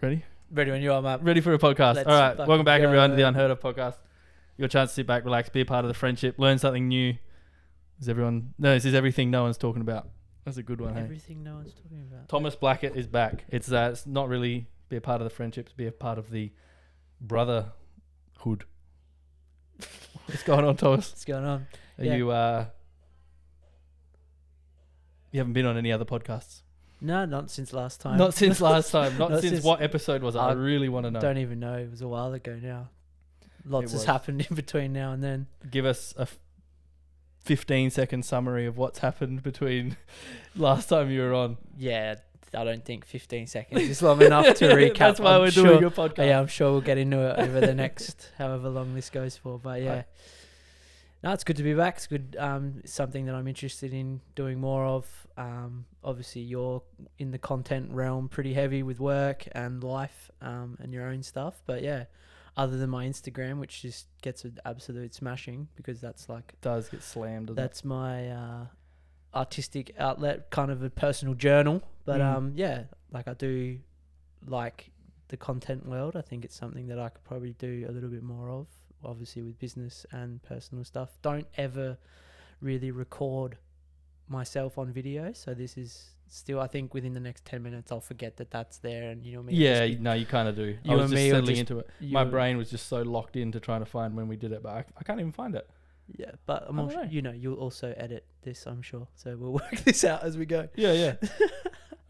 Ready? Ready when you are, Matt. Uh, Ready for a podcast. Let's All right. fucking Welcome back, go. everyone, to the Unheard of podcast. Your chance to sit back, relax, be a part of the friendship, learn something new. Is everyone? No, this is everything no one's talking about. That's a good one. Hey? Everything no one's talking about. Thomas Blackett is back. It's uh, it's not really be a part of the friendships, be a part of the brotherhood. What's going on, Thomas? What's going on? Are Yeah. you uh? You haven't been on any other podcasts. No, not since last time. Not since last time. Not, Not since, since- what episode was it? I I really want to know. Don't even know. It was a while ago now. Lots It has was. happened in between now and then. Give us a f- 15 second summary of what's happened between last time you were on. Yeah, I don't think 15 seconds is long enough to recap. That's why I'm we're sure. doing a podcast. yeah, I'm sure we'll get into it over the next however long this goes for. But yeah, no, it's good to be back. It's good. Um, it's something that I'm interested in doing more of. Um, obviously, you're in the content realm pretty heavy with work and life um, and your own stuff. But yeah, other than my Instagram, which just gets an absolute smashing because that's like does get slammed. doesn't that's my uh, artistic outlet, kind of a personal journal. But Mm. um, yeah, like I do like the content world. I think it's something that I could probably do a little bit more of, obviously with business and personal stuff. Don't ever really record myself on video. So this is still, I think, within the next ten minutes, I'll forget that that's there, and you know what it? I mean. yeah, Just- no, you kind of do. you I was and just me are settling just- into it. you My know- brain was just so locked into trying to find when we did it, but I, I can't even find it. Yeah, but I'm I don't also, know. you know, you'll also edit this, I'm sure. So we'll work this out as we go. Yeah, yeah. that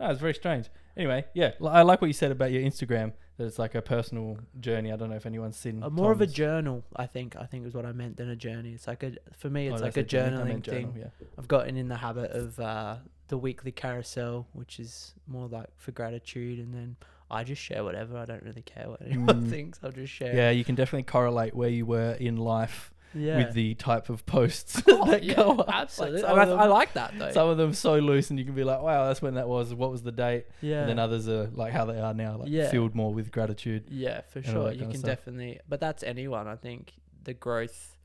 was Ah, very strange. Anyway, yeah, li- I like what you said about your Instagram. That it's like a personal journey. I don't know if anyone's seen. Uh, more of a Tom's- journal, I think. I think is what I meant than a journey. It's like a for me, Oh, it's did I like say a journey? I journaling meant journal, thing. Yeah. I've gotten in the habit of uh, the weekly carousel, which is more like for gratitude, and then I just share whatever. I don't really care what anyone Mm. thinks. I'll just share. Yeah, you can definitely correlate where you were in life yeah. with the type of posts Oh, that yeah, go up. Like, absolutely. some, And I, of them, I like that though. some of them so loose, and you can be like, "Wow, that's when that was. What was the date?" yeah. And then others are like how they are now, like Yeah. filled more with gratitude. Yeah, for all sure. that You kinda can stuff. definitely, but that's anyone. I think the growth,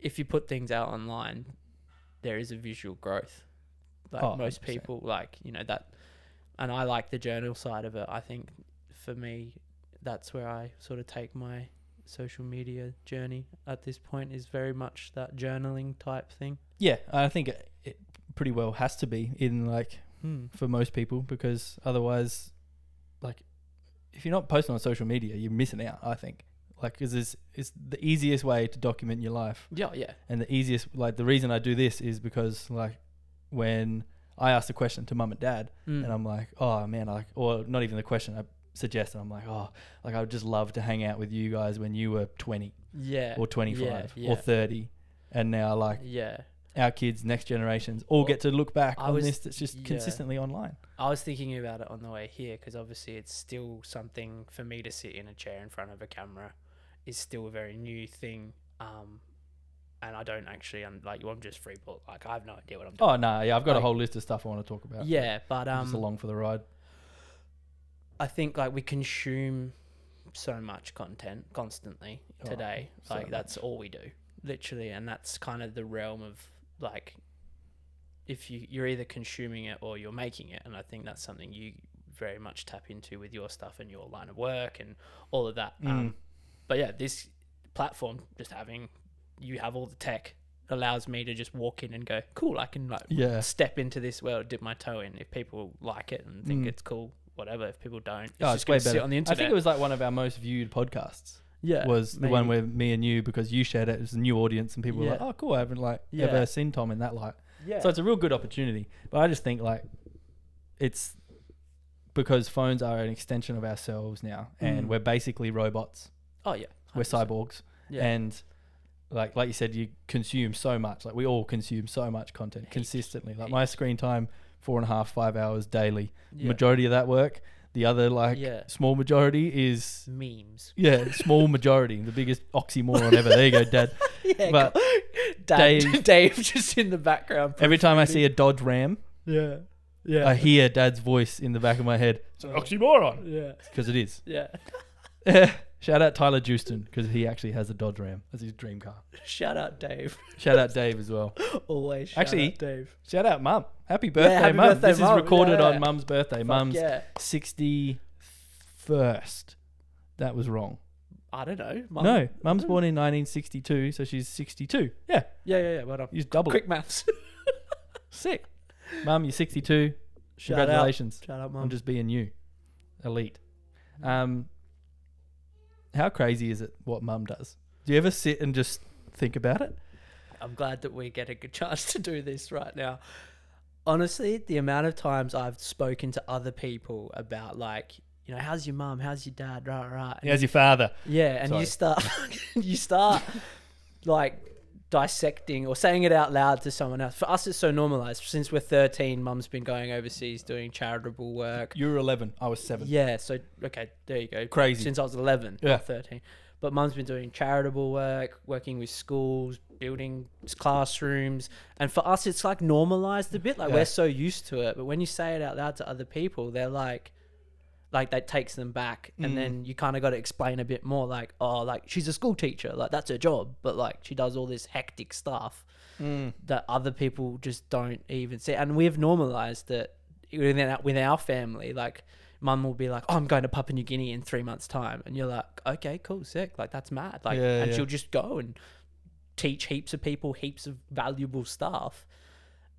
if you put things out online, there is a visual growth. Like Oh, most 100%. people, like you know that, and I like the journal side of it. I think for me, that's where I sort of take my social media journey at this point is very much that journaling type thing. Yeah, I think it, it pretty well has to be in like Hmm. for most people because otherwise, like, if you're not posting on social media, you're missing out. I think like because it's it's the easiest way to document your life. Yeah, yeah, And the easiest, like the reason I do this is because like when I ask the question to mum and dad, Mm. and I'm like, oh man, I like, or not even the question I suggest, and I'm like, oh, like I would just love to hang out with you guys when you were 20 Uh, yeah, or 25 yeah. or 30, and now like yeah. our kids, next generations, all Well, get to look back I on was- this that's just yeah. consistently online. I was thinking about it on the way here because obviously it's still something for me to sit in a chair in front of a camera is still a very new thing. Um, and I don't actually, I'm like, I'm just free ball. Like, I have no idea what I'm doing. Oh no, yeah, I've got a Like- whole list of stuff I want to talk about. yeah, but I'm just um, along for the ride. I think like we consume so much content constantly Oh, today. so like that's all we do, literally, and that's kind of the realm of like if you you're either consuming it or you're making it, and I think that's something you very much tap into with your stuff and your line of work and all of Mm. that. Um, but yeah, this platform just having you have all the tech allows me to just walk in and go, cool, I can like Yeah, step into this world, dip my toe in. If people like it and think Mm. it's cool, whatever. If people don't, it's Oh, just going to sit on the I internet. think it was like one of our most viewed podcasts. yeah, was the one maybe. where me and you because you shared it. It was a new audience and people were like, Yeah. "Oh, cool! I haven't like Yeah. ever seen Tom in that light." yeah, So it's a real good opportunity. But I just think like it's because phones are an extension of ourselves now, and Mm. we're basically robots. oh yeah, We're 100%. cyborgs, Yeah. and like like you said, you consume so much. Like we all consume so much content Heaps. consistently. Like Heaps. my screen time, four and a half, five hours daily. yeah. Majority of that work. The other like Yeah. small majority is memes. yeah, small majority, the biggest oxymoron ever. There you go, Dad. Yeah, But Dave, Dave- Dave just in the background. Every time I see a Dodge Ram, yeah, yeah, I hear Dad's voice in the back of my head. It's an oxymoron yeah, because it is. yeah. Shout out Tyler Justin because he actually has a Dodge Ram. That's his dream car. Shout out Dave. Shout out Dave as well. Always shout Actually, out Dave. Shout out Mum. Happy birthday, happy Mum. birthday, this Mum. is recorded Yeah. on Mum's birthday. Fuck Mum's yeah, sixty first that was wrong. I don't know. Mum. No, mum's born in 1962, so she's 62. Yeah, Yeah, yeah, yeah. Well done. you double it. Quick maths. Sick. Mum, you're 62. Shout out. Congratulations. Shut up, I'm mum. just being you. Elite. Um, how crazy is it what mum does? Do you ever sit and just think about it? I'm glad that we get a good chance to do this right now. Honestly, the amount of times I've spoken to other people about like, you know, how's your mum? How's your dad? Right, right. And- How's your father? yeah, and Sorry. you start, you start like dissecting or saying it out loud to someone else. For us, it's so normalized. Since we're 13, mum's been going overseas doing charitable work. You were 11. I was seven. Yeah, so okay, there you go. Crazy. Since I was 11, Yeah. yeah. 13. But mum's been doing charitable work, working with schools, building s- classrooms. And for us, it's like normalized a bit. Like Yeah. we're so used to it. But when you say it out loud to other people, they're like, like that takes them back. Mm. And then you kind of got to explain a bit more like, oh, like she's a school teacher. Like that's her job. But like she does all this hectic stuff that other people just don't even see. And we've normalized it within our, with our family. Like, mum will be like, oh, I'm going to Papua New Guinea in three months' time. And you're like, okay, cool, sick. Like, that's mad. Like, Yeah, and yeah. she'll just go and teach heaps of people heaps of valuable stuff.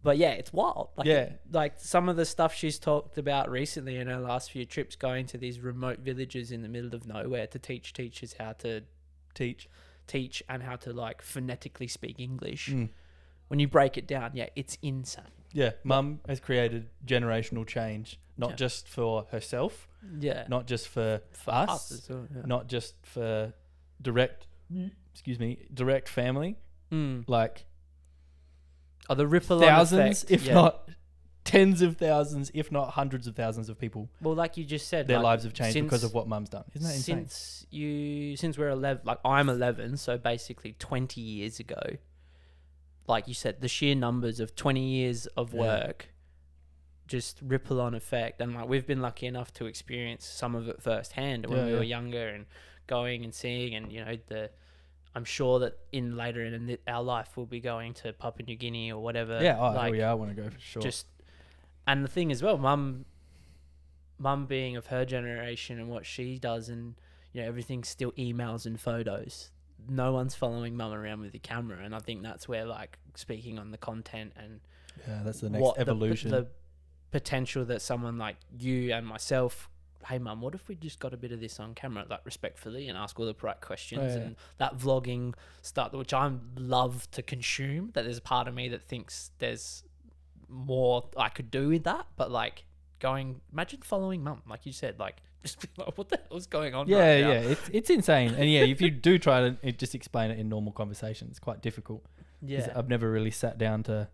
But yeah, it's wild. Like, Yeah. it- like some of the stuff she's talked about recently in her last few trips, going to these remote villages in the middle of nowhere to teach teachers how to Teach. teach and how to like phonetically speak English. When you break it down, yeah, it's insane. Yeah. Mum has created generational change, not Yeah. just for herself, Yeah, not just for, us, as well, yeah. not just for direct, excuse me, direct family, Mm. like Oh, the ripple on thousands, effect, if yeah. not tens of thousands, if not hundreds of thousands of people, well, like you just said, their like, lives have changed because since- of what mum's done. Isn't that insane? since you since we're 11 like i'm 11 so basically 20 years ago like you said the sheer numbers of 20 years of Yeah. work just ripple on effect and like we've been lucky enough to experience some of it firsthand when Yeah, we were yeah. younger and going and seeing and you know the i'm sure that in later in th- our life we'll be going to papua new guinea or whatever yeah. Oh, hell like yeah. I want to go for sure. just and the thing as well mum mum being of her generation and what she does and you know everything's still emails and photos no one's following mum around with the camera and i think that's where like speaking on the content and yeah. That's the next what the p- evolution. the, potential that someone like you and myself hey mum what if we just got a bit of this on camera like respectfully and ask all the right questions Oh, yeah. and that vlogging stuff which i love to consume that there's a part of me that thinks there's more i could do with that but like going imagine following mum like you said like just be like what the hell's going on yeah, right now? yeah, it's it's insane, and yeah, if you do try to it, just explain it in normal conversation, it's quite difficult. 'Cause yeah I've never really sat down to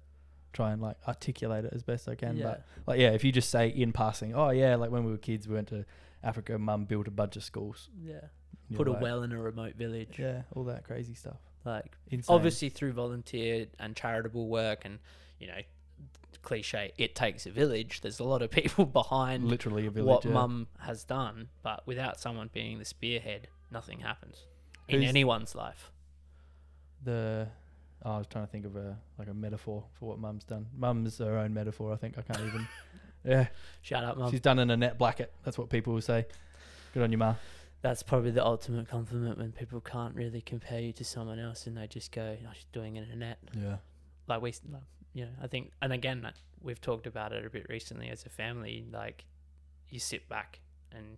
try and like articulate it as best I can. Yeah. But like, yeah, if you just say in passing, oh yeah, like when we were kids, we went to Africa. Mum built a bunch of schools. yeah and put a you're like, well in a remote village Yeah, all that crazy stuff. like Insane. obviously through volunteer and charitable work and you know cliche it takes a village there's a lot of people behind literally a village. what yeah. mum has done but without someone being the spearhead nothing happens in Who's- anyone's life the oh, I was trying to think of a like a metaphor for what mum's done. Mum's her own metaphor. I think I can't even. yeah, shout out mum she's done an Annette Blackett. That's what people will say. Good on you, ma. that's probably the ultimate compliment when people can't really compare you to someone else and they just go oh, she's doing it in a net Yeah. like we, s- like, you know, I think, and again, that- we've talked about it a bit recently as a family. Like, you sit back and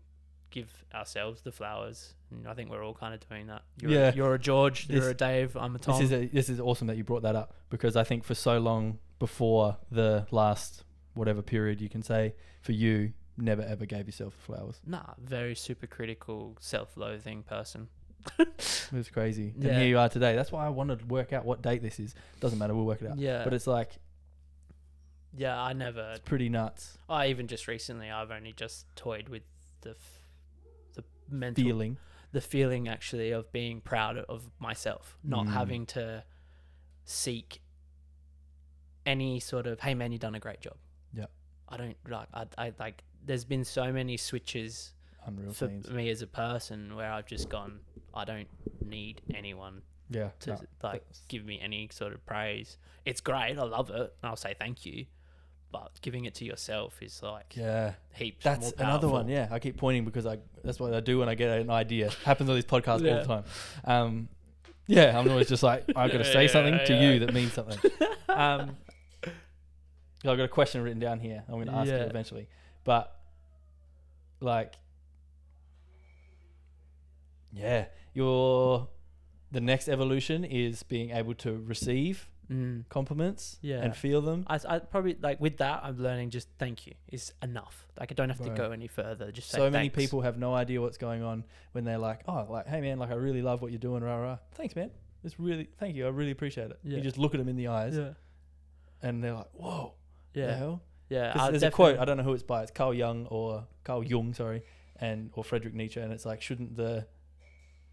give ourselves the flowers, and I think we're all kind of doing that. You're, Yeah. a, you're a George, This- you're a Dave, I'm a Tom. This is a, this is awesome that you brought that up because I think for so long before the last whatever period you can say for you never ever gave yourself the flowers. nah, very super critical, self-loathing person. It was crazy. Yeah. And here you are today. That's why I wanted to work out what date this is. Doesn't matter, we'll work it out. Yeah, But it's like yeah, I never. it's pretty nuts I even just recently, I've only just toyed with the f- the mental feeling. the feeling actually of being proud of myself, not Mm. having to seek any sort of "Hey man, you done a great job." Yeah. I don't like. I, I like. There's been so many switches Unreal for things. me as a person where I've just gone. I don't need anyone Yeah. to no, like that's- give me any sort of praise. It's great. I love it, and I'll say thank you. but giving it to yourself is like Yeah. heaps. That's more another one. powerful. Yeah, I keep pointing because I that's what I do when I get an idea. Happens on these podcasts all Yeah. the time. Um, yeah, I'm always just like I've got to say Yeah, something to yeah. you that means something. Um, I've got a question written down here. I'm going to ask Yeah. it eventually, but like, yeah, your the next evolution is being able to receive Mm. compliments Yeah. and feel them. I, I probably like with that. I'm learning just thank you is enough. Like I don't have to Right. go any further. Just say so many thanks. people have no idea what's going on when they're like, oh, like, hey man, like I really love what you're doing, rah rah. Thanks, man. It's really, thank you. I really appreciate it. Yeah. You just look at them in the eyes, Yeah, and they're like, whoa, the yeah, hell. yeah. 'Cause I'll there's a quote. I definitely- don't know who it's by. It's Carl Jung or Carl Jung, sorry, and or Frederick Nietzsche, and it's like, shouldn't the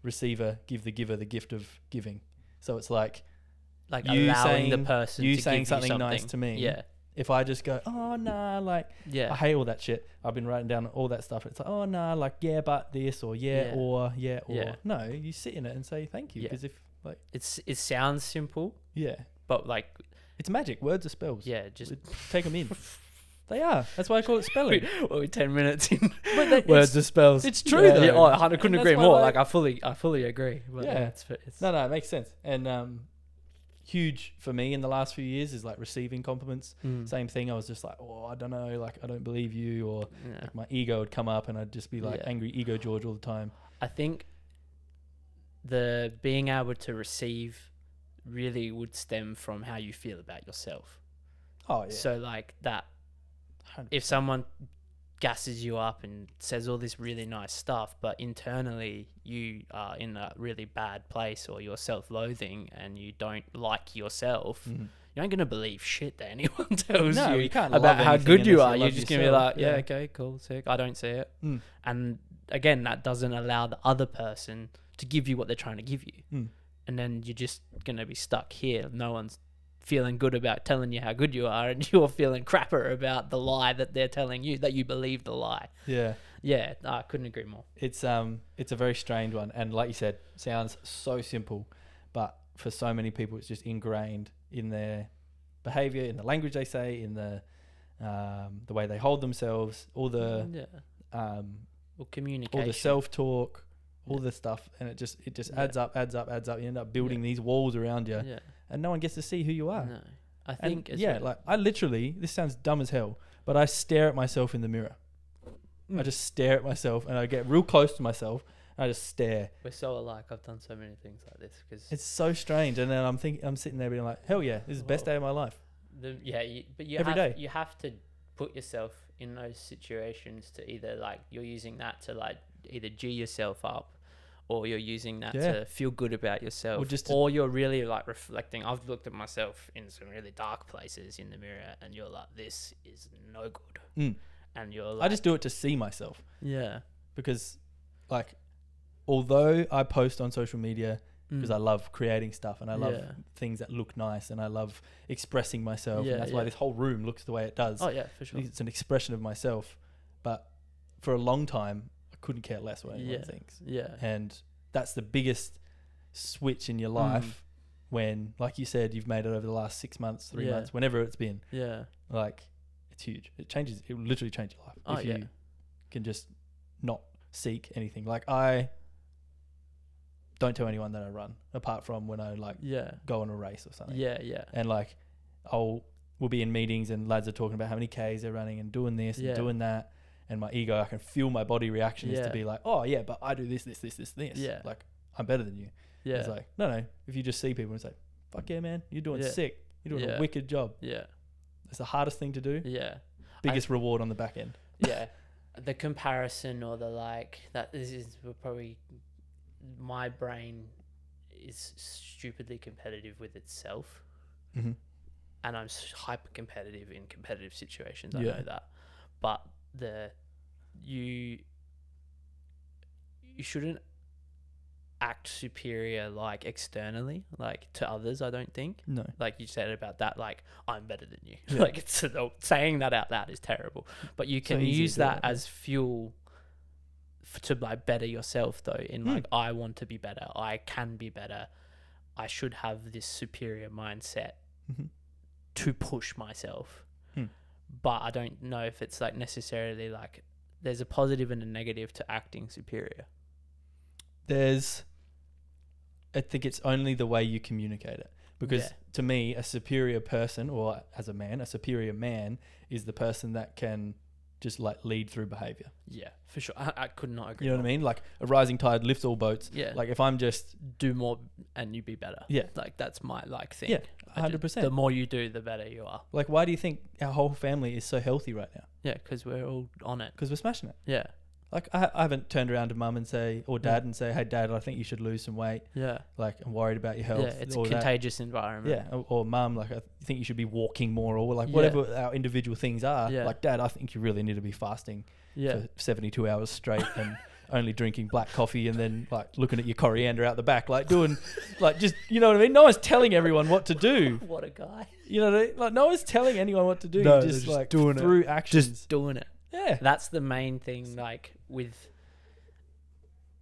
receiver give the giver the gift of giving? So it's like, like you allowing the saying- person you to saying give something you nice something. to me. Yeah, if I just go, oh nah, like I yeah, hate all that shit. I've been writing down all that stuff. It's like, oh no, like yeah, but this or yeah, Yeah. or yeah or Yeah. no. You sit in it and say thank you Yeah. because if like it's it sounds simple, yeah, but like it's magic. Words are spells. yeah, just It- Take them in. they are. That's why I call it spelling. well, we're ten minutes in but that, words it's- of spells. it's true yeah, though. Yeah, oh, I hundred- couldn't And agree that's why, more. like- Like I fully, I fully agree. But yeah, Yeah. it's, it's no, no, it makes sense. And um, huge for me in the last few years is like receiving compliments. Mm. Same thing. I was just like, oh, I don't know, like I don't believe you, or Yeah. my ego would come up and I'd just be like Yeah. angry ego George all the time. I think the being able to receive really would stem from how you feel about yourself. Oh yeah. So like that, 100%. if someone gasses you up and says all this really nice stuff, but internally you are in a really bad place or you're self-loathing and you don't like yourself, Mhm. you ain't gonna believe that anyone tells No, you, you can't about love how anything good unless you you are. You're love just gonna be yourself, like, yeah, yeah. okay, cool, sick. I don't see it. Mm. And again, that doesn't allow the other person to give you what they're trying to give you, Mm. and then you're just gonna be stuck here. No one's feeling good about telling you how good you are, and you're feeling crapper about the lie that they're telling you that you believe the lie. Yeah. Yeah, I couldn't agree more. it's um it's a very strange one and like you said sounds so simple but for so many people it's just ingrained in their behavior in the language they say in the um, the way they hold themselves all the Mm, yeah, um, or all Mm-hmm. communication. the self talk all Yeah. the stuff and it just it just Yeah. adds up adds up adds up you end up building these walls around you yeah, and no one gets to see who you are no, I and think as yeah well- like I literally this sounds dumb as hell but I stare at myself in the mirror I Mm. just stare at myself and I get real close to myself and I just stare we're so alike. I've done so many things like this because It's so strange. And then I'm thinking, I'm sitting there being like, hell yeah, this is the best Whoa. day of my life. The, yeah, you, but you Every have, day. You have to put yourself in those situations to either like you're using that to like either g yourself up, or you're using that Yeah. to feel good about yourself, or, just just to- you're really like reflecting. I've looked at myself in some really dark places in the mirror, and you're like, this is no good, Mm. and you're like, I just do it to see myself yeah, because, like, although I post on social media because I love creating stuff and I love Mm. Hmm. Yeah. things that look nice and I love expressing myself. Yeah, and that's why yeah. this whole room looks the way it does. oh yeah, for sure, It's an expression of myself. But for a long time, I couldn't care less what anyone Yeah. thinks. yeah, And that's the biggest switch Mm. in your life when, like you said, you've made it over the last six months, three Yeah. months, whenever it's been. yeah, like it's huge. It changes. It will literally change your life Oh, if yeah. you can just not seek anything. Like I don't tell anyone that I run apart from when I like yeah, go on a race or something. yeah, yeah. And like I'll we'll be in meetings and lads are talking about how many k's they're running and doing this Yeah. and doing that. And my ego, I can feel my body reaction is Yeah. to be like, oh yeah, but I do this, this, this, this, this. Yeah. Like I'm better than you. Yeah. It's like no, no. If you just see people and say, fuck yeah, man, you're doing Yeah. sick. You're doing Yeah. a wicked job. yeah. It's the hardest thing to do Yeah. biggest reward on the back end. yeah the comparison or the like that this is probably my brain is stupidly competitive with itself Mhm. and i'm s- hyper competitive in competitive situations i Yeah. know that but the you you shouldn't act superior like externally like to others i don't think No, like you said about that like i'm better than you Yeah. like it's uh, saying that out loud is terrible but you So can easy to use do that that, yeah. as fuel f- to like better yourself though in Hmm. like i want to be better i can be better i should have this superior mindset Mhm. to push myself Hmm. but I don't know if it's like necessarily like there's a positive and a negative to acting superior. There's, I think it's only the way you communicate it. Because Yeah. to me, a superior person, or as a man, a superior man is the person that can just like lead through behavior. Yeah, for sure. I, I could not agree. You know what I mean? Like a rising tide lifts all boats. Yeah, like Like if I'm just do more and you be better. Yeah. like that's my like thing. Yeah, I ju- 100%. The more you do, the better you are. Like, why do you think our whole family is so healthy right now? Yeah, because we're all on it. Because we're smashing it. Yeah, Like, I, I haven't turned around to mum and say, or Yeah. dad and say, hey, dad, I think you should lose some weight. yeah, Like, I'm worried about your health. yeah. It's a or that. contagious environment. Yeah. Or, or mum, like, I think you should be walking more, or like, Yeah. whatever our individual things are. Yeah. Like, dad, I think you really need to be fasting yeah, for 72 hours straight and only drinking black coffee and then, like, looking at your coriander out the back. Like, doing, like, just, you know what I mean? No one's telling everyone what to do. What a guy. You know what I mean? Like, no one's telling anyone what to do. No, You're they're just, just like, doing it. through actions. Just doing it. yeah. That's the main thing, like with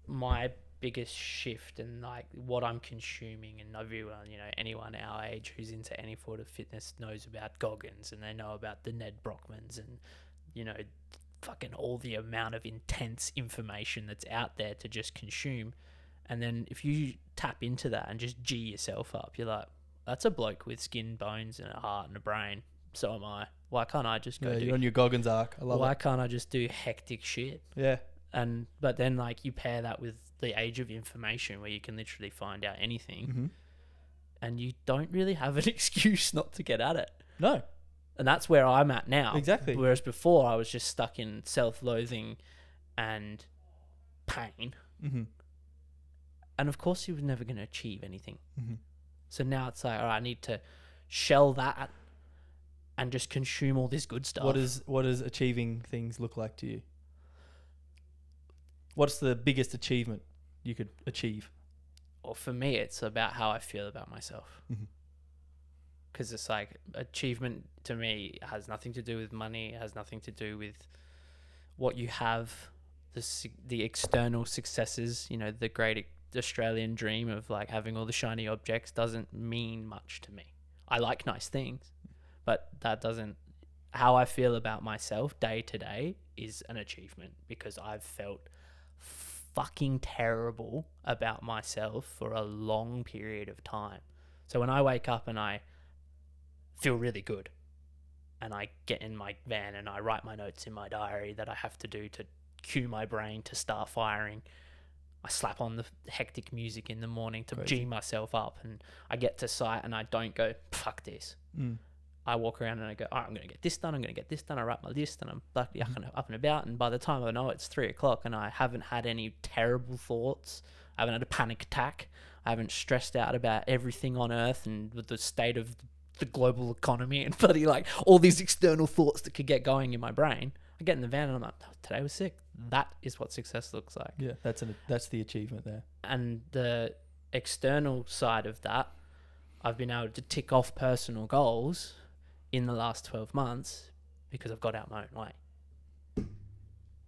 my biggest shift and like what I'm consuming and everyone, you know, anyone our age who's into any sort of fitness knows about Goggins and they know about the Ned Brockmans and you know, fucking all the amount of intense information that's out there to just consume. And then if you tap into that and just G yourself up, you're like, that's a bloke with skin, bones, and a heart and a brain. So am I. Why can't I just go Yeah, do you're on your Goggins arc. I love why can't I just do hectic shit? it. Yeah. And but then like you pair that with the age of information where you can literally find out anything Mm-hmm. and you don't really have an excuse not to get at it. No, And that's where I'm at now. exactly. Whereas before I was just stuck in self loathing and pain. Mm-hmm. And of course you were never gonna achieve anything. Mm-hmm. So now it's like, all right, I need to shell that and just consume all this good stuff. What is what does achieving things look like to you? What's the biggest achievement you could achieve? or for me, it's about how I feel about myself. Mhm. Because it's like achievement to me has nothing to do with money, has nothing to do with what you have, the s- the external successes. You know, the great Australian dream of like having all the shiny objects doesn't mean much to me. I like nice things, but that doesn't. How I feel about myself day to day is an achievement because I've felt fucking terrible about myself for a long period of time. So when I wake up and I feel really good and I get in my van and I write my notes in my diary that I have to do to cue my brain to start firing. I slap on the hectic music in the morning to Crazy. G myself up and I get to site and I don't go, fuck this. Mm. I walk around and I go, all right, I'm going to get this done. I'm going to get this done. I write my list and I'm like yucking up and about. And by the time I know it, it's three o'clock and I haven't had any terrible thoughts. I haven't had a panic attack. I haven't stressed out about everything on earth and with the state of the global economy and bloody like all these external thoughts that could get going in my brain. I get in the van and I'm like, "Oh, today was sick. That is what success looks like Yeah, that's an that's the achievement there. and the external side of that, I've been able to tick off personal goals in the last 12 months because I've got out my own way.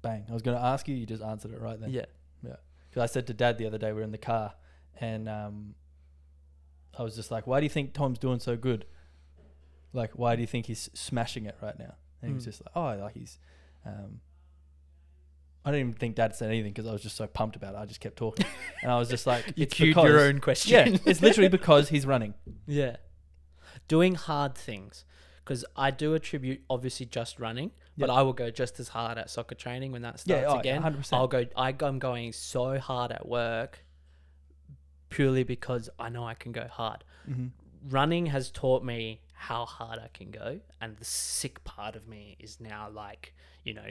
Bang. I was going to ask you. You just answered it right then. Yeah. Because I said to Dad the other day, we were in the car, and um, I was just like, "Why do you think Tom's doing so good? Like, why do you think he's smashing it right now?" And he was Mm. just like, "Oh, like he's." Um, I didn't even think Dad said anything because I was just so pumped about it. I just kept talking, and I was just like, You "It's cued because, your own yeah, question. it's literally because he's running." yeah. Doing hard things. Because I do attribute, obviously, just running, but Yeah. I will go just as hard at soccer training when that starts Yeah, oh, again. hundred I'll percent. go. I, go- I'm going so hard at work purely because I know I can go hard. Mm-hmm. running has taught me how hard I can go, and the sick part of me is now like, you know,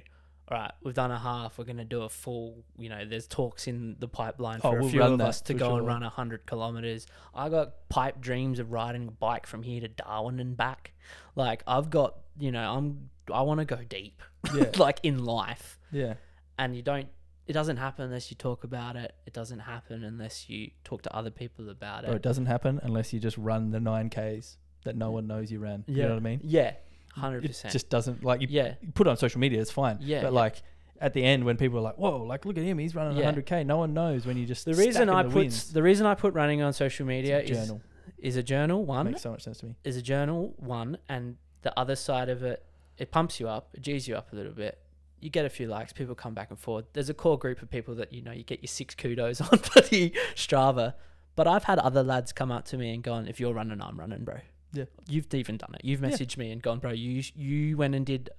all right, we've done a half, we're gonna do a full. You know, there's talks in the pipeline Oh, for we'll a few run of that us to for go sure. and run hundred kilometers. I got pipe dreams of riding a bike from here to Darwin and back. Like I've got, you know, I'm I want to go deep, Yeah. like in life Yeah, and you don't it doesn't happen unless you talk about it it doesn't happen unless you talk to other people about Bro, it it doesn't happen unless you just run the nine Ks that no one knows you ran. You know what I mean? yeah 100% It just doesn't like you yeah put it on social media, it's fine. Yeah, But yeah. like at the end, when people are like, "Whoa, like look at him, he's running Yeah. 100k," no one knows when you just the reason stack in i the put wins. the reason i put running on social It's a media is journal is a journal one makes so much sense to me. is a journal one and the other side of it it pumps you up, it G's you up a little bit. You get a few likes, people come back and forth. There's a core group of people that you know you get your six kudos on bloody Strava. But I've had other lads come up to me and gone, "If you're running, I'm running, bro." Yeah. you've even done it. You've Yeah. messaged me and gone, "Bro, you you went and did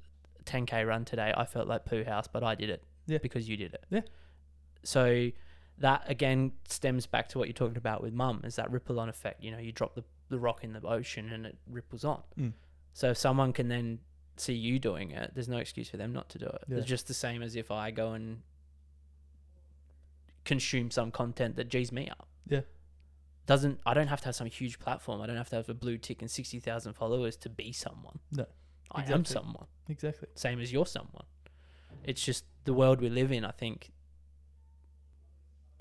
10k run today. I felt like poo house, but I did it Yeah. because you did it." Yeah. So that again stems back to what you're talking about with mum is that ripple on effect. You know, you drop the the rock in the ocean and it ripples on. Mm. So if someone can then see you doing it, there's no excuse for them not to do it. Yeah. It's just the same as if I go and consume some content that G's me up. Yeah. Doesn't I don't have to have some huge platform. I don't have to have a blue tick and sixty thousand followers to be someone. No. I am Exactly. someone. Exactly. Same as you're someone. It's just the world we live in, I think.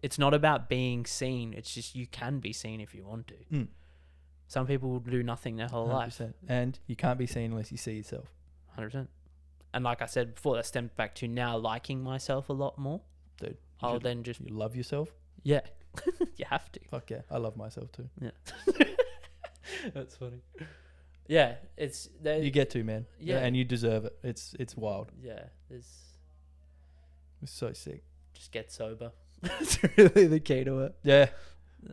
It's not about being seen, it's just you can be seen if you want to. Mm. Some people will do nothing their whole life. 100%. And you can't be seen unless you see yourself. Hundred percent. And like I said before, that stems back to now liking myself a lot more. Dude, you I'll should- then just You love yourself? yeah, you have to. Fuck yeah. I love myself too. That's funny. Yeah, it's there. You get to, man. Uh, Yeah. And you deserve it. It's it's wild. yeah, there's It's so sick. just get sober. That's really the key to it. Yeah.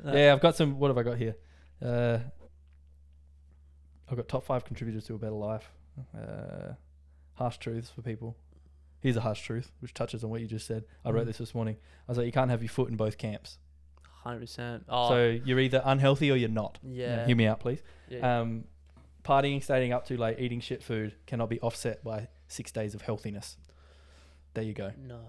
Uh, yeah, I've got some what have I got here? Uh I've got top five contributors to a better life. Uh harsh truths for people. Here's a harsh truth, which touches on what you just said. I wrote Mhm. this this morning. I was like, you can't have your foot in both camps. Hundred percent. Oh, So you're either unhealthy or you're not. yeah. Hear me out, please. yeah. Um, partying, staying up too late, eating shit food cannot be offset by six days of healthiness. There you go. no.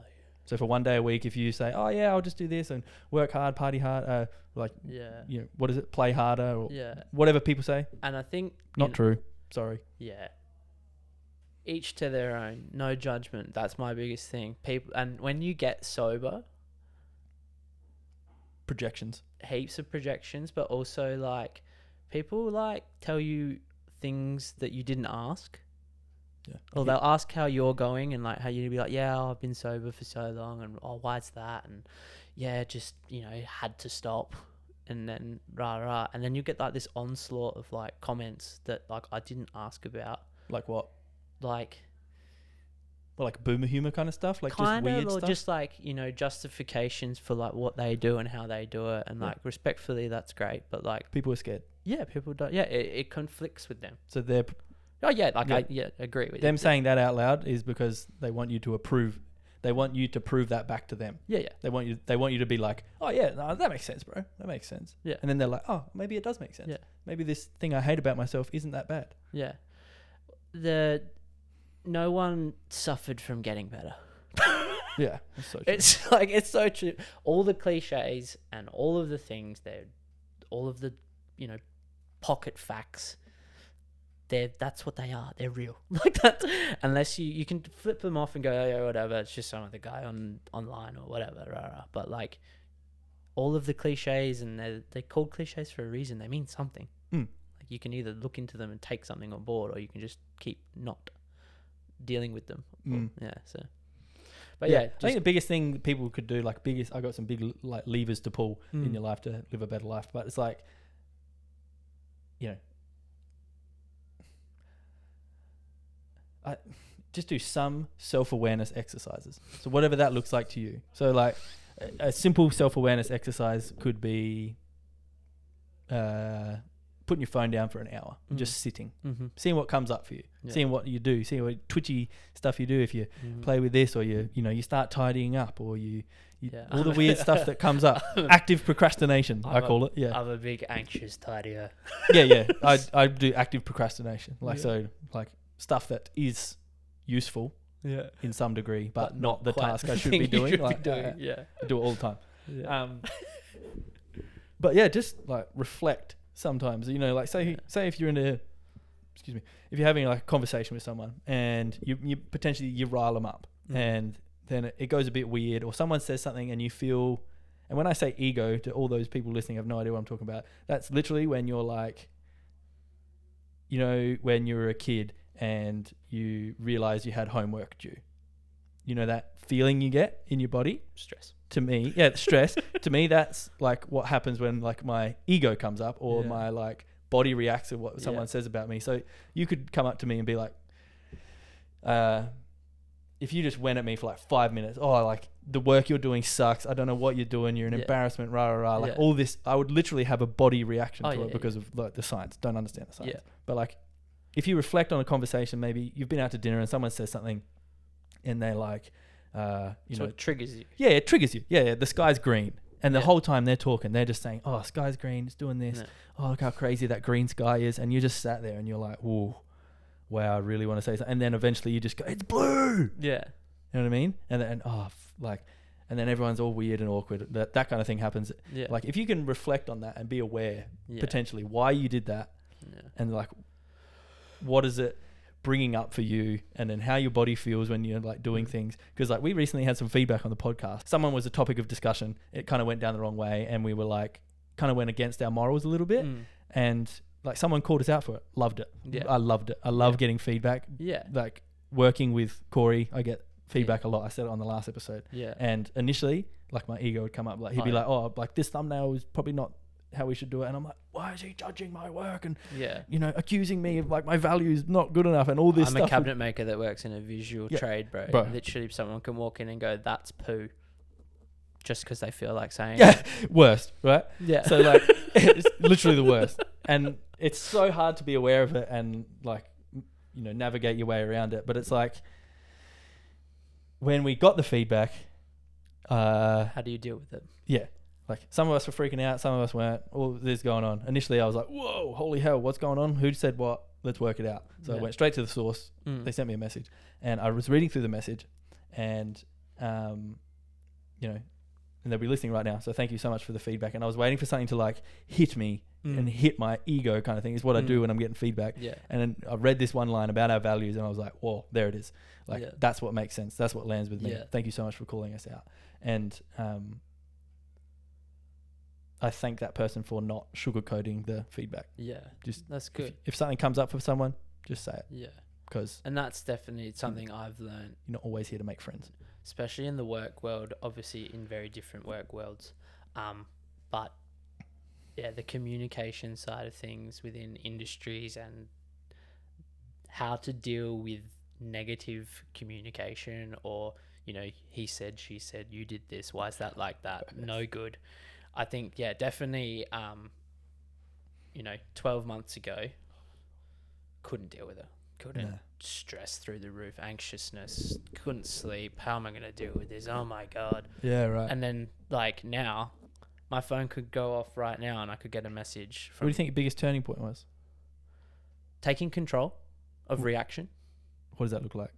So for one day a week, if you say, "Oh yeah, I'll just do this and work hard, party hard," uh, like Yeah. you know, what is it? Play harder or Yeah. whatever people say. And I think Not you- true. Sorry. Yeah. Each to their own. No judgment. That's my biggest thing. People and when you get sober, Projections. heaps of projections, but also like people like tell you things that you didn't ask. Yeah. Or they'll ask how you're going and like how you'd be like, yeah, I've been sober for so long, and oh, why's that? And yeah, just you know, had to stop, and then rah rah, and then you get like this onslaught of like comments that like I didn't ask about, Like what? like Well, like boomer humor kind of stuff. Like kind just weird of, or stuff. just like you know justifications for like what they do and how they do it, and Yeah. like respectfully, that's great, but like. people are scared, Yeah, people don't. Yeah, it, it conflicts with them. so they're Oh yeah, like Yeah. I yeah agree with them You. saying that out loud is because they want you to approve. They want you to prove that back to them. Yeah, yeah, They want you. They want you to be like, oh yeah, no, that makes sense, bro. That makes sense. Yeah. And then they're like, oh, maybe it does make sense. Yeah. Maybe this thing I hate about myself isn't that bad. yeah. The no one suffered from getting better. Yeah. That's so true. It's like it's so true. All the cliches and all of the things they, all of the you know, pocket facts. They're that's what they are. They're real. Like that. Unless you you can flip them off and go oh, yeah whatever. It's just some other guy on online or whatever. Rah, rah. But like. All of the cliches, and they're, they're called cliches for a reason. They mean something. Mm. Like you can either look into them and take something on board, or you can just keep not dealing with them. Or- Mm. yeah. So, but yeah, I think the biggest thing that people could do, like biggest, I got some big like levers to pull in Mm. your life to live a better life. But it's like, you know, I just do some self awareness exercises. So whatever that looks like to you. So like a- a simple self awareness exercise could be uh, putting your phone down for an hour, Mm. just sitting, Mm-hmm. seeing what comes up for you, Yeah. seeing what you do, seeing what twitchy stuff you do if you play with this or you you know you start tidying up or you, you Yeah. all the weird stuff that comes up active procrastination i I'm a- call it yeah I'm a big anxious tidier. yeah yeah I, I do active procrastination like Yeah. so like stuff that is useful Yeah, in some degree but, not, the task i should be doing like uh, yeah, I do it all the time yeah. um but yeah just like reflect sometimes you know like say Yeah. say if you're in a excuse me if you're having like a conversation with someone and you, you potentially you rile them up and then it goes a bit weird or someone says something and you feel and when i say ego to all those people listening have no idea what i'm talking about that's literally when you're like you know when you were a kid and you realize you had homework due you know that feeling you get in your body stress. to me yeah the stress to me that's like what happens when like my ego comes up or Yeah. my like body reacts to what someone Yeah. says about me so you could come up to me and be like uh, if you just went at me for like five minutes, oh, like the work you're doing sucks. I don't know what you're doing. You're an Yeah. embarrassment. Rah rah rah. Like Yeah. all this, I would literally have a body reaction Oh, to yeah, it yeah. because of like the science. Don't understand the science. Yeah. But like, if you reflect on a conversation, maybe you've been out to dinner and someone says something, and they're like, uh, you so know, it triggers you. yeah, it triggers you. Yeah, yeah the sky's green. And the Yeah. whole time they're talking, they're just saying, oh, sky's green, it's doing this. Yeah. Oh, look how crazy that green sky is. And you just sat there and you're like, whoa, wow, I really want to say something. And then eventually you just go, it's blue. Yeah. You know what I mean? And then, oh, f- like, and then everyone's all weird and awkward. That, that kind of thing happens. Yeah. Like, if you can reflect on that and be aware yeah. potentially why you did that Yeah. and like, what is it bringing up for you and then how your body feels when you're like doing Mm. things because like we recently had some feedback on the podcast someone was a topic of discussion it kind of went down the wrong way and we were like kind of went against our morals a little bit Mm. and like someone called us out for it loved it Yeah. i loved it i love Yeah. getting feedback Yeah. like working with corey i get feedback a lot i said it on the last episode Yeah. and initially, like my ego would come up, like he'd Oh, be yeah. like, "Oh, like this thumbnail is probably not how we should do it," and I'm like, "Why is he judging my work and yeah. you know accusing me of like my value is not good enough and all I'm this stuff?" a cabinet maker that works in a visual Yeah. trade, bro. Bro. Literally, someone can walk in and go, "That's poo," just because they feel like saying. Yeah, worst, right? it. Yeah. So like, it's literally the worst, and it's so hard to be aware of it and like, m- you know, navigate your way around it. But it's like when we got the feedback, uh, How do you deal with it? Like some of us were freaking out, some of us weren't. All this going on. Initially, I was like, "Whoa, holy hell, what's going on? Who said what? Let's work it out." So I Yeah. went straight to the source. Mm. They sent me a message, and I was reading through the message, and um, you know, and they'll be listening right now. So thank you so much for the feedback. And I was waiting for something to like hit me Mm. and hit my ego, kind of thing. Is what I Mm. do when I'm getting feedback. Yeah. And then I read this one line about our values, and I was like, "Whoa, there it is! Like Yeah. that's what makes sense. That's what lands with me. Yeah. Thank you so much for calling us out." And um, I thank that person for not sugarcoating the feedback. Yeah. Just that's If- good. If, something comes up for someone, just say it Yeah. because And that's definitely something I've learned you're not always here to make friends. especially in the work world, obviously in very different work worlds. Um, but yeah, the communication side of things within industries and how to deal with negative communication or, you know, he said, she said, you did this, why is that like that? No good. I think, yeah, definitely, um, you know, 12 months ago, couldn't deal with it. Couldn't No. stress through the roof, anxiousness, couldn't sleep. How am I going to deal with this? Oh my God. Yeah, right. And then, like, now my phone could go off right now and I could get a message what do from you think your biggest turning point was? taking control of reaction, What does that look like?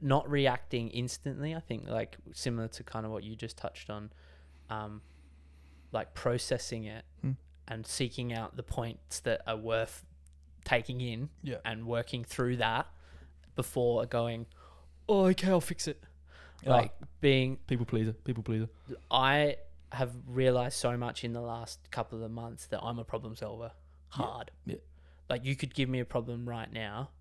not reacting instantly. I think, like, similar to kind of what you just touched on, um, like processing it Hmm. and seeking out the points that are worth taking in Yeah. and working through that before going, oh, okay, I'll fix it. Like, Like being people pleaser, people pleaser. I have realized so much in the last couple of months that I'm a problem solver. Yeah, Hard. yeah. Like you could give me a problem right now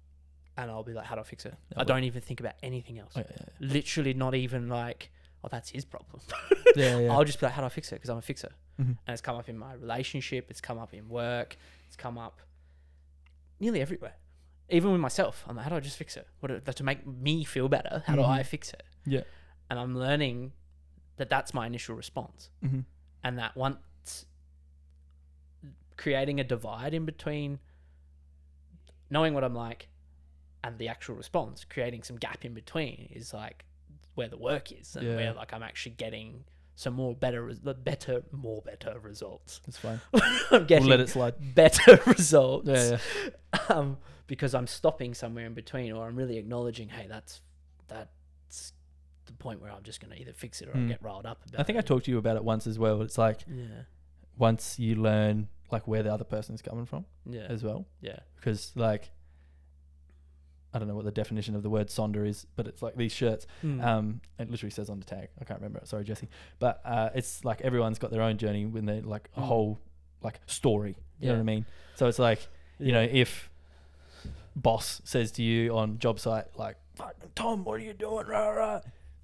and I'll be like, how do I fix it? Yeah, I but- don't even think about anything else. Oh, yeah, yeah, Literally not even like, oh, that's his problem. yeah. yeah, yeah. I'll just be like, how do I fix it? Because I'm a fixer. Mhm. And it's come up in my relationship. It's come up in work. It's come up nearly everywhere. Even with myself, I'm like, how do I just fix it? What do, to make me feel better? How do Mhm. I fix it? Yeah. And I'm learning that that's my initial response, Mhm. and that once creating a divide in between knowing what I'm like and the actual response, creating some gap in between is like where the work is and Yeah. where like I'm actually getting some more better, res- better, more better results. It's fine. I'm We'll getting let it slide. better results Yeah, yeah. um, because I'm stopping somewhere in between, or I'm really acknowledging, hey, that's that's the point where I'm just going to either fix it or I'll Mm. get riled up about. I think I it. talked to you about it once as well. It's like Yeah, once you learn like where the other person's coming from yeah, as well. yeah, because like I don't know what the definition of the word sonder is, but it's like these shirts. Mm. Um, it literally says on the tag. I can't remember it. Sorry, Jesse. But uh, it's like everyone's got their own journey when they're like a Mm. whole like story. You know what Yeah. I mean? So it's like you know if boss says to you on job site like "Fucking Tom, what are you doing? Rah, rah.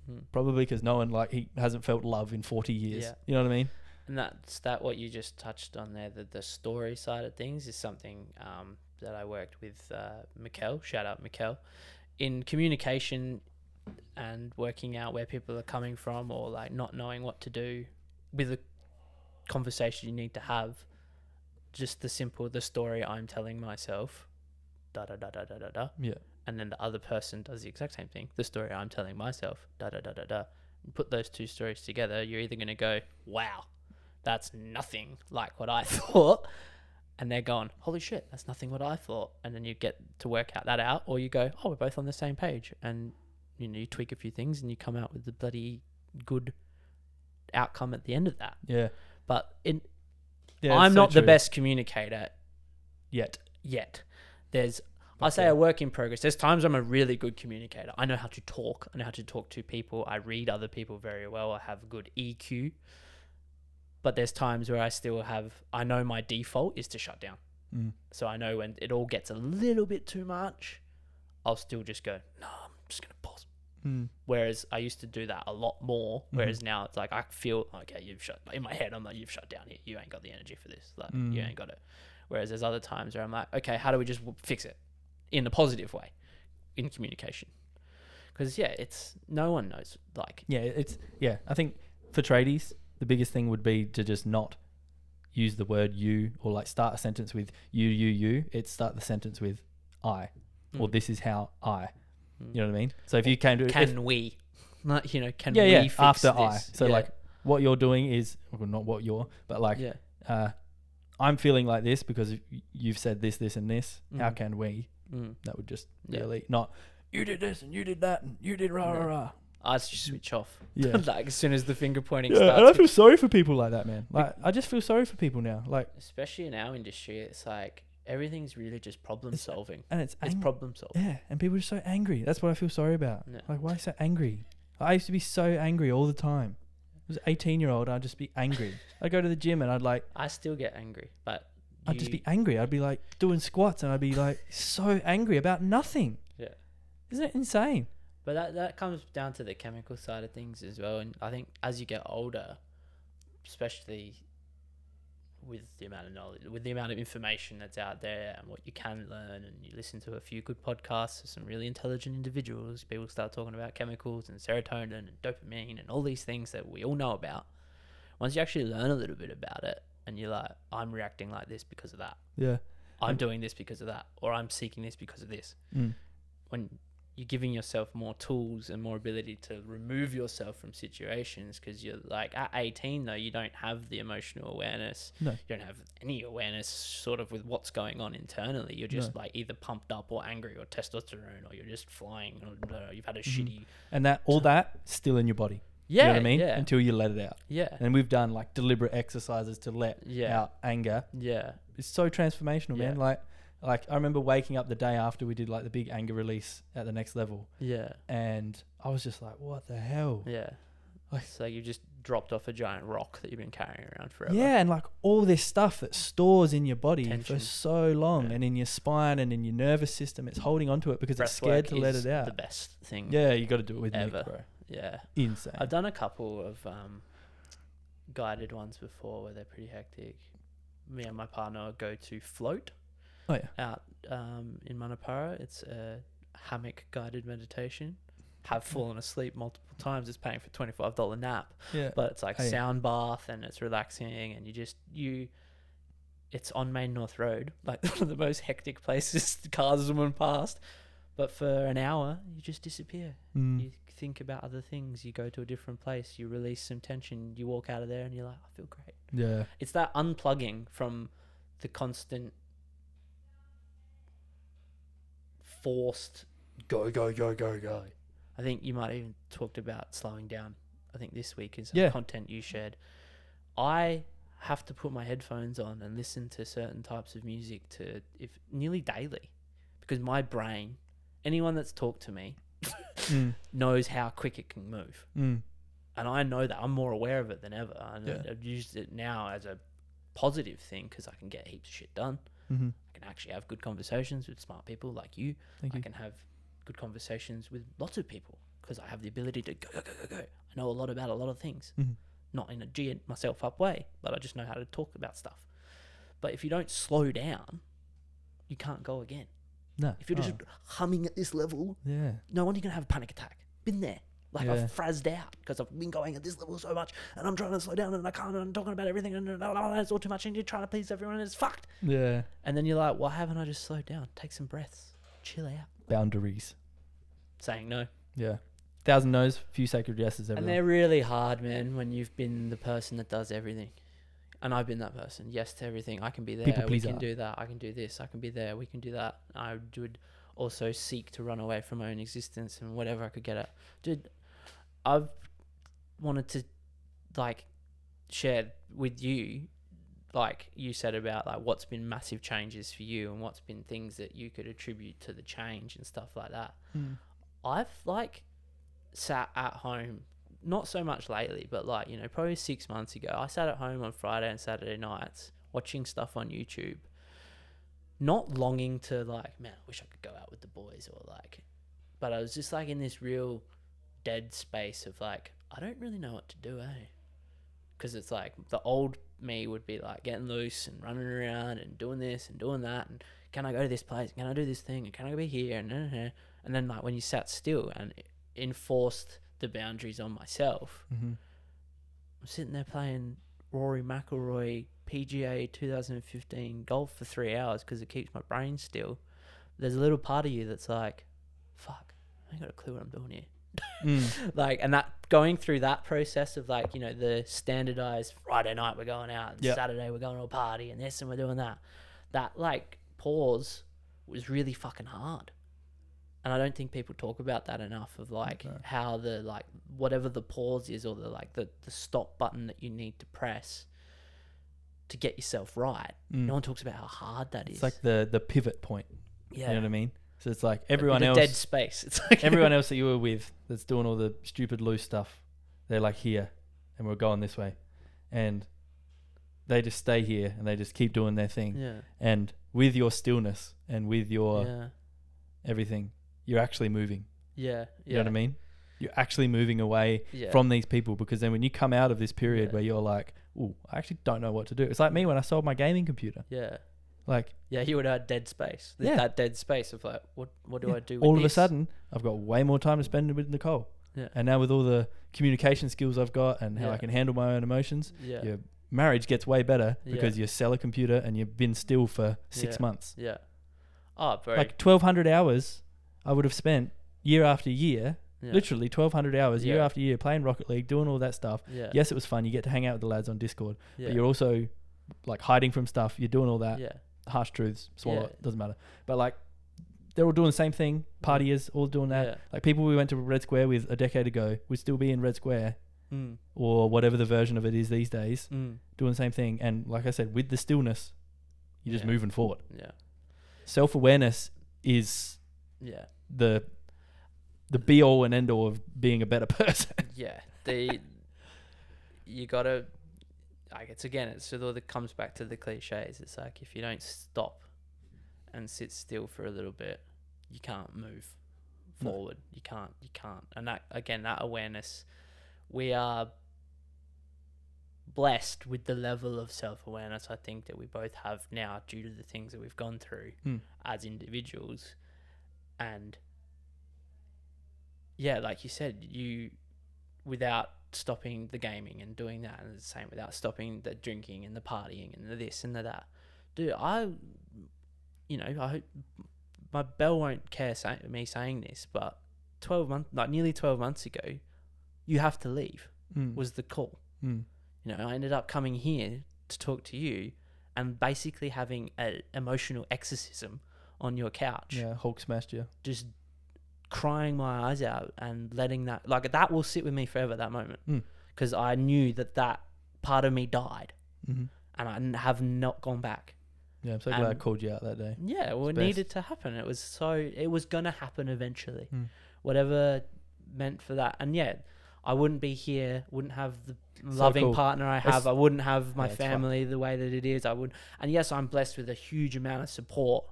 Mm. Probably because no one like he hasn't felt love in forty years. Yeah. You know what I mean? and that's that. What you just touched on there, the the story side of things, is something um, that I worked with, uh, Mikkel, shout out Mikkel, in communication and working out where people are coming from or like not knowing what to do with a conversation you need to have. Just the simple, the story I'm telling myself, da da da da da da da Yeah. and then the other person does the exact same thing. The story I'm telling myself, da da da da da. You put those two stories together, you're either going to go, wow, that's nothing like what I thought. And they're going, holy shit, that's nothing what I thought. And then you get to work out that out, or you go, oh, we're both on the same page. And, you know, you tweak a few things and you come out with the bloody good outcome at the end of that. Yeah. But in, yeah I'm so not the true. best communicator yet. yet. There's, I That's say, it. a work in progress. There's times I'm a really good communicator. I know how to talk. I know how to talk to people. I read other people very well. I have good EQ. But there's times where I still have, I know my default is to shut down. Mm. So I know when it all gets a little bit too much, I'll still just go, no, I'm just going to pause. Mm. Whereas I used to do that a lot more. Whereas Mhm. now it's like I feel okay, you've shut in my head. I'm like, you've shut down here. You ain't got the energy for this. Like you Mm. ain't got it. Whereas there's other times where I'm like, okay, how do we just w- fix it in a positive way, in communication? Because yeah, it's no one knows. Like Yeah, it's yeah. I think for tradies, the biggest thing would be to just not use the word you or like start a sentence with you, you, you. It's start the sentence with I or Mm. this is how I. Mm. You know what I mean? So if you came to if- can we? Not you know, can yeah, we yeah, fix after this? I. So Yeah. like what you're doing is well, not what you're, but like yeah, uh, I'm feeling like this because y- you've said this, this, and this. How Mm. can we? mm. That would just Yeah. really not. You did this and you did that and you did rah No. rah rah. I just switch off. Mm. Yeah. like as soon as the finger pointing Yeah, starts. and I to feel sorry for people like that, man. Like, I just feel sorry for people now. Like, especially in our industry, it's like everything's really just problem It's- solving. and it's It's ang- problem solving. yeah, and people are so angry. That's what I feel sorry about. Yeah. Like, why so angry? I used to be so angry all the time. I was eighteen year old. I'd just be angry. I'd go to the gym and I'd like, I still get angry, but I'd just you- be angry. I'd be like doing squats and I'd be like so angry about nothing. Yeah. isn't it insane? But that that comes down to the chemical side of things as well, and I think as you get older, especially with the amount of knowledge, with the amount of information that's out there, and what you can learn, and you listen to a few good podcasts of some really intelligent individuals, people start talking about chemicals and serotonin and dopamine and all these things that we all know about. Once you actually learn a little bit about it, and you're like, I'm reacting like this because of that. Yeah. I'm And- doing this because of that, or I'm seeking this because of this Mm. when you're giving yourself more tools and more ability to remove yourself from situations because you're like at 18 though you don't have the emotional awareness No. you don't have any awareness sort of with what's going on internally you're just No. like either pumped up or angry or testosterone or you're just flying or blah, blah, you've had a Mhm. shitty And that all that still in your body. yeah you know what I mean? yeah Until you let it out. yeah And we've done like deliberate exercises to let yeah out anger. yeah It's so transformational, man. Yeah. Like like I remember waking up the day after we did like the big anger release at the next level yeah and I was just like, What the hell? yeah Like- so you've just dropped off a giant rock that you've been carrying around forever Yeah, and like all this stuff that stores in your body Tension. for so long Yeah. and in your spine and in your nervous system, it's holding onto it because it's Breath scared work to let is it the out. best thing Yeah, you gotta do it with Ever. Nick, bro. yeah Insane. I've done a couple of um, guided ones before where they're pretty hectic. Me and my partner go to float oh yeah. out um, in Manapara. It's a hammock guided meditation. Have fallen asleep multiple times. It's paying for twenty five dollar nap, Yeah. but it's like Oh, yeah. sound bath and it's relaxing and you just you. It's on Main North Road, like one of the most hectic places. Cars zooming past, but for an hour you just disappear Mm. you think about other things you go to a different place you release some tension you walk out of there and you're like i feel great yeah. it's that unplugging from the constant forced go go go go go i think you might even talked about slowing down i think this week is some Yeah. content you shared i have to put my headphones on and listen to certain types of music to if nearly daily because my brain anyone that's talked to me Mm. knows how quick it can move. Mm. And I know that I'm more aware of it than ever. And Yeah. I've used it now as a positive thing because I can get heaps of shit done. hmm I can actually have good conversations with smart people like you. Thank I you. can have good conversations with lots of people because I have the ability to go, go, go, go, go. I know a lot about a lot of things, Mhm. not in a G myself up way, but I just know how to talk about stuff. But if you don't slow down, you can't go again. No. If you're just Oh, humming at this level, yeah. no wonder you're gonna have a panic attack. Been there. Like Yeah. I've frazzed out because I've been going at this level so much, and I'm trying to slow down, and I can't, and I'm talking about everything, and blah, blah, blah, it's all too much, and you're trying to please everyone, and it's fucked. Yeah. And then you're like, why haven't I just slowed down? Take some breaths, chill out. Boundaries. Saying no. Yeah. Thousand no's, few sacred yeses. And Everyone. they're really hard, man, when you've been the person that does everything. And I've been that person. Yes to everything. I can be there. People we can pleaser. do that. I can do this. I can be there. We can do that. I would also seek to run away from my own existence and whatever I could get at. Dude, I've wanted to like share with you like you said about like what's been massive changes for you and what's been things that you could attribute to the change and stuff like that. Mm. I've like sat at home, not so much lately, but like, you know, probably six months ago, I sat at home on Friday and Saturday nights watching stuff on YouTube, not longing to like, man, I wish I could go out with the boys or like, but I was just like in this real dead space of like, I don't really know what to do, eh? Because it's like the old me would be like getting loose and running around and doing this and doing that and can I go to this place? Can I do this thing? And can I be here? And, uh, uh, and then like when you sat still and enforced the boundaries on myself, Mhm. I'm sitting there playing Rory McIlroy PGA 2015 golf for three hours because it keeps my brain still. There's a little part of you that's like, fuck, I ain't got a clue what I'm doing here Mm. like and that going through that process of like you know the standardized friday night we're going out and Yep. saturday we're going to a party and this and we're doing that that like pause was really fucking hard and i don't think people talk about that enough of like Okay. how the like whatever the pause is or the like the, the stop button that you need to press to get yourself right Mm. no one talks about how hard that is It's like the the pivot point. yeah You know what I mean? So it's like A bit everyone of else, dead space it's like everyone else that you were with that's doing all the stupid loose stuff, they're like here, and we're going this way, and they just stay here and they just keep doing their thing. yeah And with your stillness and with your yeah everything, you're actually moving. yeah yeah You know what I mean? You're actually moving away yeah. from these people because then when you come out of this period Yeah. where you're like, "Ooh, I actually don't know what to do," it's like me when I sold my gaming computer. yeah Like Yeah, you would have dead space. Th- Yeah. That dead space of like, what what do Yeah. I do? With all of a this? sudden, I've got way more time to spend with Nicole. Yeah. And now with all the communication skills I've got and how Yeah. I can handle my own emotions, yeah, yeah, your marriage gets way better Yeah. because you sell a computer and you've been still for six Yeah. months. Oh, very. Like twelve hundred hours, I would have spent year after year, yeah, literally twelve hundred hours year Yeah. after year playing Rocket League, doing all that stuff. Yeah, Yes, it was fun. You get to hang out with the lads on Discord, yeah, but you're also like hiding from stuff. You're doing all that yeah, harsh truths, swallow Yeah. Mm. it, doesn't matter. But like, they're all doing the same thing. Partiers, all doing that. yeah. Like people we went to Red Square with a decade ago would still be in Red Square Mm, or whatever the version of it is these days, mm, doing the same thing. And like I said, with the stillness, you're just Yeah. moving forward. yeah, Self awareness is yeah, the the be all and end all of being a better person. yeah. The you gotta like it's again it's sort of it comes back to the cliches. It's like if you don't stop and sit still for a little bit, you can't move. No. forward. You can't. You can't. And that again, that awareness. We are blessed with the level of self awareness I think that we both have now due to the things that we've gone through Hmm. as individuals. And yeah, like you said, you without stopping the gaming and doing that and the same without stopping the drinking and the partying and the this and the that. Dude, I you know, I hope my bell won't care say, me saying this, but twelve months, like nearly twelve months ago, you have to leave Mm. was the call. Mm. You know, I ended up coming here to talk to you, and basically having an emotional exorcism on your couch, Yeah, Hulk smashed you. just crying my eyes out and letting that like that will sit with me forever. That moment, Mm. because I knew that that part of me died, Mm-hmm. and I n- have not gone back. Yeah, I'm so glad I And- called you out that day. Yeah, well, it It's best. needed to happen. It was so it was gonna happen eventually. Mm. Whatever meant for that, and yeah, I wouldn't be here. Wouldn't have the loving cool. partner I have. It's- I wouldn't have my Yeah, it's fucked. family the way that it is. I would, and yes, I'm blessed with a huge amount of support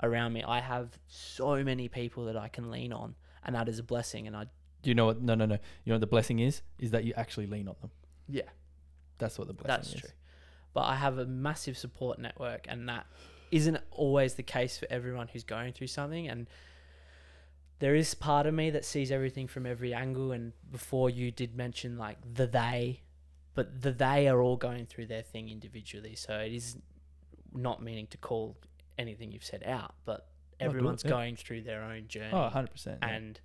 around me. I have so many people that I can lean on, and that is a blessing. And I Do you know what? No, no, no. You know what the blessing is? Is that you actually lean on them. Yeah. That's what the blessing that's is. true. But I have a massive support network, and that isn't always the case for everyone who's going through something and there is part of me that sees everything from every angle and before you did mention like the they but the they are all going through their thing individually so it is not meaning to call anything you've said out but No, do it, everyone's Oh, yeah. going through their own journey Oh, 100%. yeah. and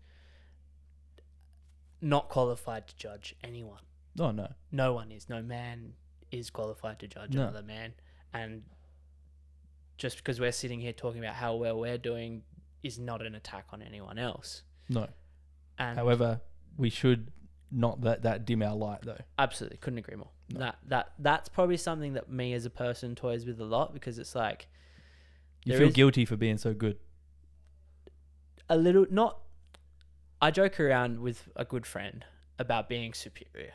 not qualified to judge anyone Oh, no. no one is. No man is qualified to judge No. another man. And just because we're sitting here talking about how well we're doing is not an attack on anyone else. No. And However, we should not let that dim our light, though. absolutely couldn't agree more. No. That that that's probably something that me as a person toys with a lot because it's like You There feel is- guilty for being so good. a little not I joke around with a good friend about being superior.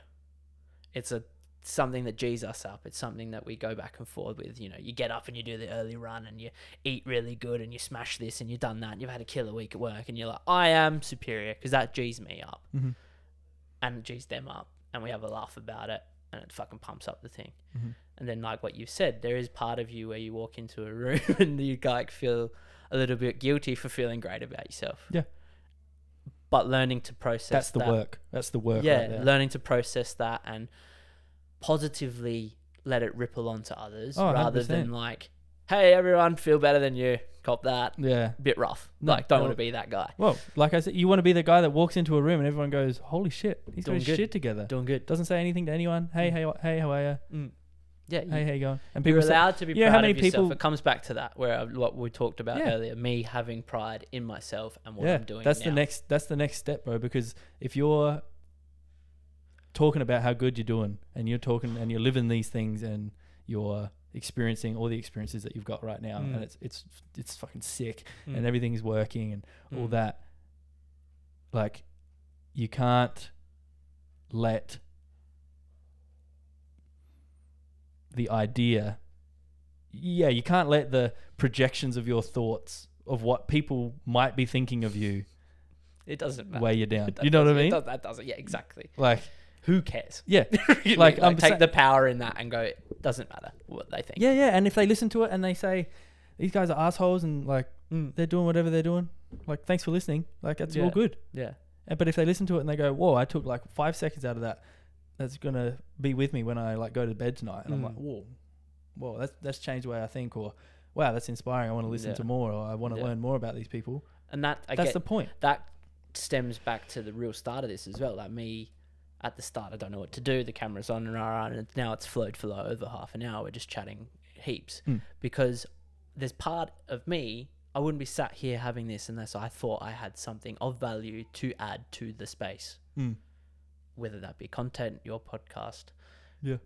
It's a something that G's us up. It's something that we go back and forward with. You know, you get up and you do the early run and you eat really good and you smash this and you've done that and you've had a killer week at work and you're like, I am superior because that G's me up Mhm. and G's them up and we have a laugh about it and it fucking pumps up the thing. Mhm. And then like what you've said, there is part of you where you walk into a room and you like feel a little bit guilty for feeling great about yourself. Yeah. But learning to process That's the that, work. That's the work. yeah, right there. learning to process that and positively let it ripple onto others Oh, rather 100%. than like, hey, everyone, feel better than you. Cop that. yeah. Bit rough. No, like, don't no. want to be that guy. Well, like I said, you want to be the guy that walks into a room and everyone goes, "Holy shit, he's got Doing his good. shit together." Doing good. Doesn't say anything to anyone. Hey, hey, wh- hey, how are you? Mm. Yeah. you- Hey, how you going? And You're people say, allowed to be you know how proud many of yourself. people- It comes back to that where I- what we talked about Yeah. earlier, me having pride in myself and what "Yeah, I'm doing. that's now. the next. That's the next step, bro." Because if you're talking about how good you're doing, and you're talking, and you're living these things, and you're experiencing all the experiences that you've got right now, Mm. and it's it's it's fucking sick, Mm. and everything's working, and all Mm. that. Like, you can't let the idea. Yeah, you can't let the projections of your thoughts of what people might be thinking of you It doesn't matter. weigh you down. That You know what I doesn't- it mean? does- That doesn't. Yeah, exactly. Like, Who cares? yeah, You Like, know, I'm take saying- the power in that and go. It doesn't matter what they think. yeah, yeah. And if they listen to it and they say, "These guys are assholes," and like Mm. they're doing whatever they're doing, like thanks for listening. Like that's all Yeah. good. Yeah. Uh, But if they listen to it and they go, "Whoa, I took like five seconds out of that," that's gonna be with me when I like go to bed tonight. And I'm Mm. like, "Whoa, whoa, that's that's changed the way I think," or "Wow, that's inspiring. I want to listen Yeah. to more, or I want to Yeah. learn more about these people." And that I that's get, the point. that stems back to the real start of this as well. Like me at the start, I don't know what to do. The camera's on and on, and now it's flowed for like over half an hour. We're just chatting heaps Mm. because there's part of me. I wouldn't be sat here having this unless I thought I had something of value to add to the space, Mm. whether that be content, your podcast, Yeah.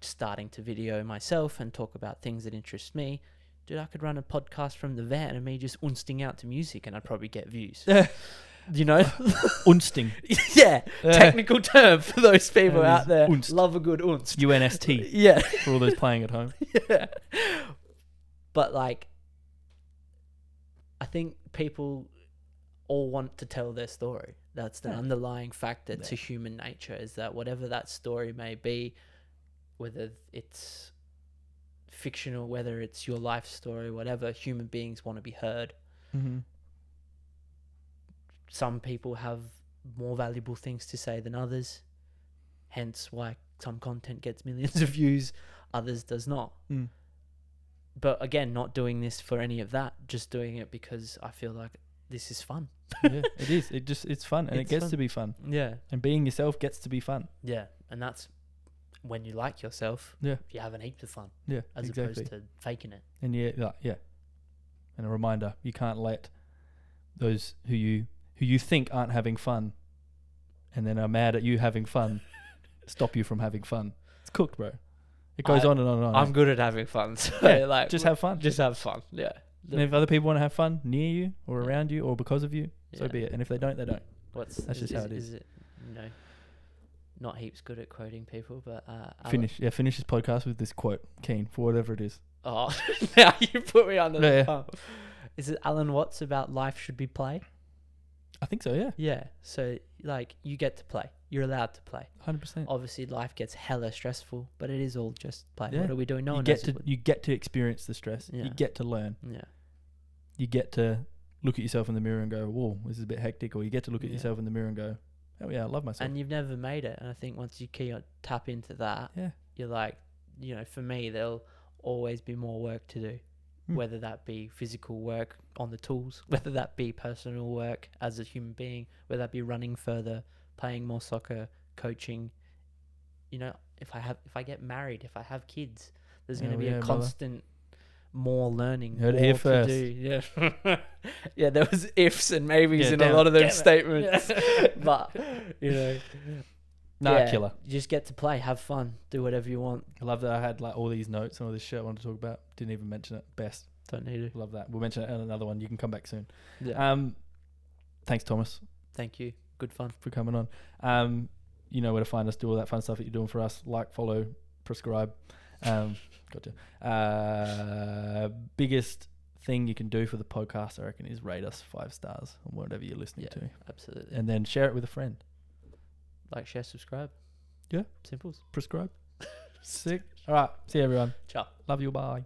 starting to video myself and talk about things that interest me. Dude, I could run a podcast from the van and me just unsting out to music, and I'd probably get views. you know, Unsting. yeah, Yeah. technical term for those people That out is there. unst. Love a good unst. UNST Yeah, for all those playing at home. yeah. But like, I think people all want to tell their story. That's the Yeah. underlying factor Yeah. to human nature is that whatever that story may be, whether it's fictional, whether it's your life story, whatever, human beings want to be heard. Mm-hmm. some people have more valuable things to say than others hence why some content gets millions of views others does not Mm. but again not doing this for any of that just doing it because i feel like this is fun yeah, it is. It just it's fun and It's it gets fun. to be fun. yeah And being yourself gets to be fun. yeah and that's when you like yourself Yeah. you have an heap of fun Yeah, as exactly. opposed to faking it And yeah, like, yeah. And a reminder, you can't let those who you who you think aren't having fun and then are mad at you having fun stop you from having fun. It's cooked, bro. It goes I- on and on and on. i'm good at having fun so Yeah, like just have fun. just have fun yeah and if other people want to have fun near you or around you or because of you, so Yeah. be it. And if they don't, they don't. What's That's is, just how it is it no, not heaps good at quoting people, but uh, Ale- Finish yeah, finish this podcast with this quote, Keen, for whatever it is. Oh, now you put me under Yeah, yeah. the pump. Is it Alan Watts about life should be play? I think so. Yeah, Yeah. So like you get to play. You're allowed to play. hundred percent. Obviously life gets hella stressful, but it is all just play. Yeah. What are we doing? No you one get knows to it would- you get to experience the stress. You Yeah. get to learn. Yeah. You get to look at yourself in the mirror and go, "Whoa, this is a bit hectic." Or you get to look at Yeah. yourself in the mirror and go, "Oh yeah, I love myself." And you've never made it. And I think once you key on, tap into that, yeah, you're like, you know, for me, there'll always be more work to do, Hmm. whether that be physical work on the tools, whether that be personal work as a human being, whether that be running further, playing more soccer, coaching. You know, if I have, if I get married, if I have kids, there's going Hell to be Oh, yeah, a brother. constant more learning. Heard it more here to first. do. Yeah, yeah. There was ifs and maybes Yeah, in damn a it, lot of damn those it. statements, but you know, nah, yeah, killer. You just get to play, have fun, do whatever you want. I love that I had like all these notes and all this shit I wanted to talk about. Didn't even mention it. Best. Don't need to. Love that. We'll mention it in another one. You can come back soon. Yeah. Um, thanks, Thomas, Thank you. Good fun. for coming on. Um, you know where to find us. Do all that fun stuff that you're doing for us. Like, follow, prescribe. Um, gotcha. Uh, biggest thing you can do for the podcast, I reckon, is rate us five stars on whatever you're listening Yeah. to, Absolutely. and then share it with a friend. like, share, subscribe. Yeah. Simples. Prescribe. Sick. All right. See you, everyone. Ciao. Love you. Bye.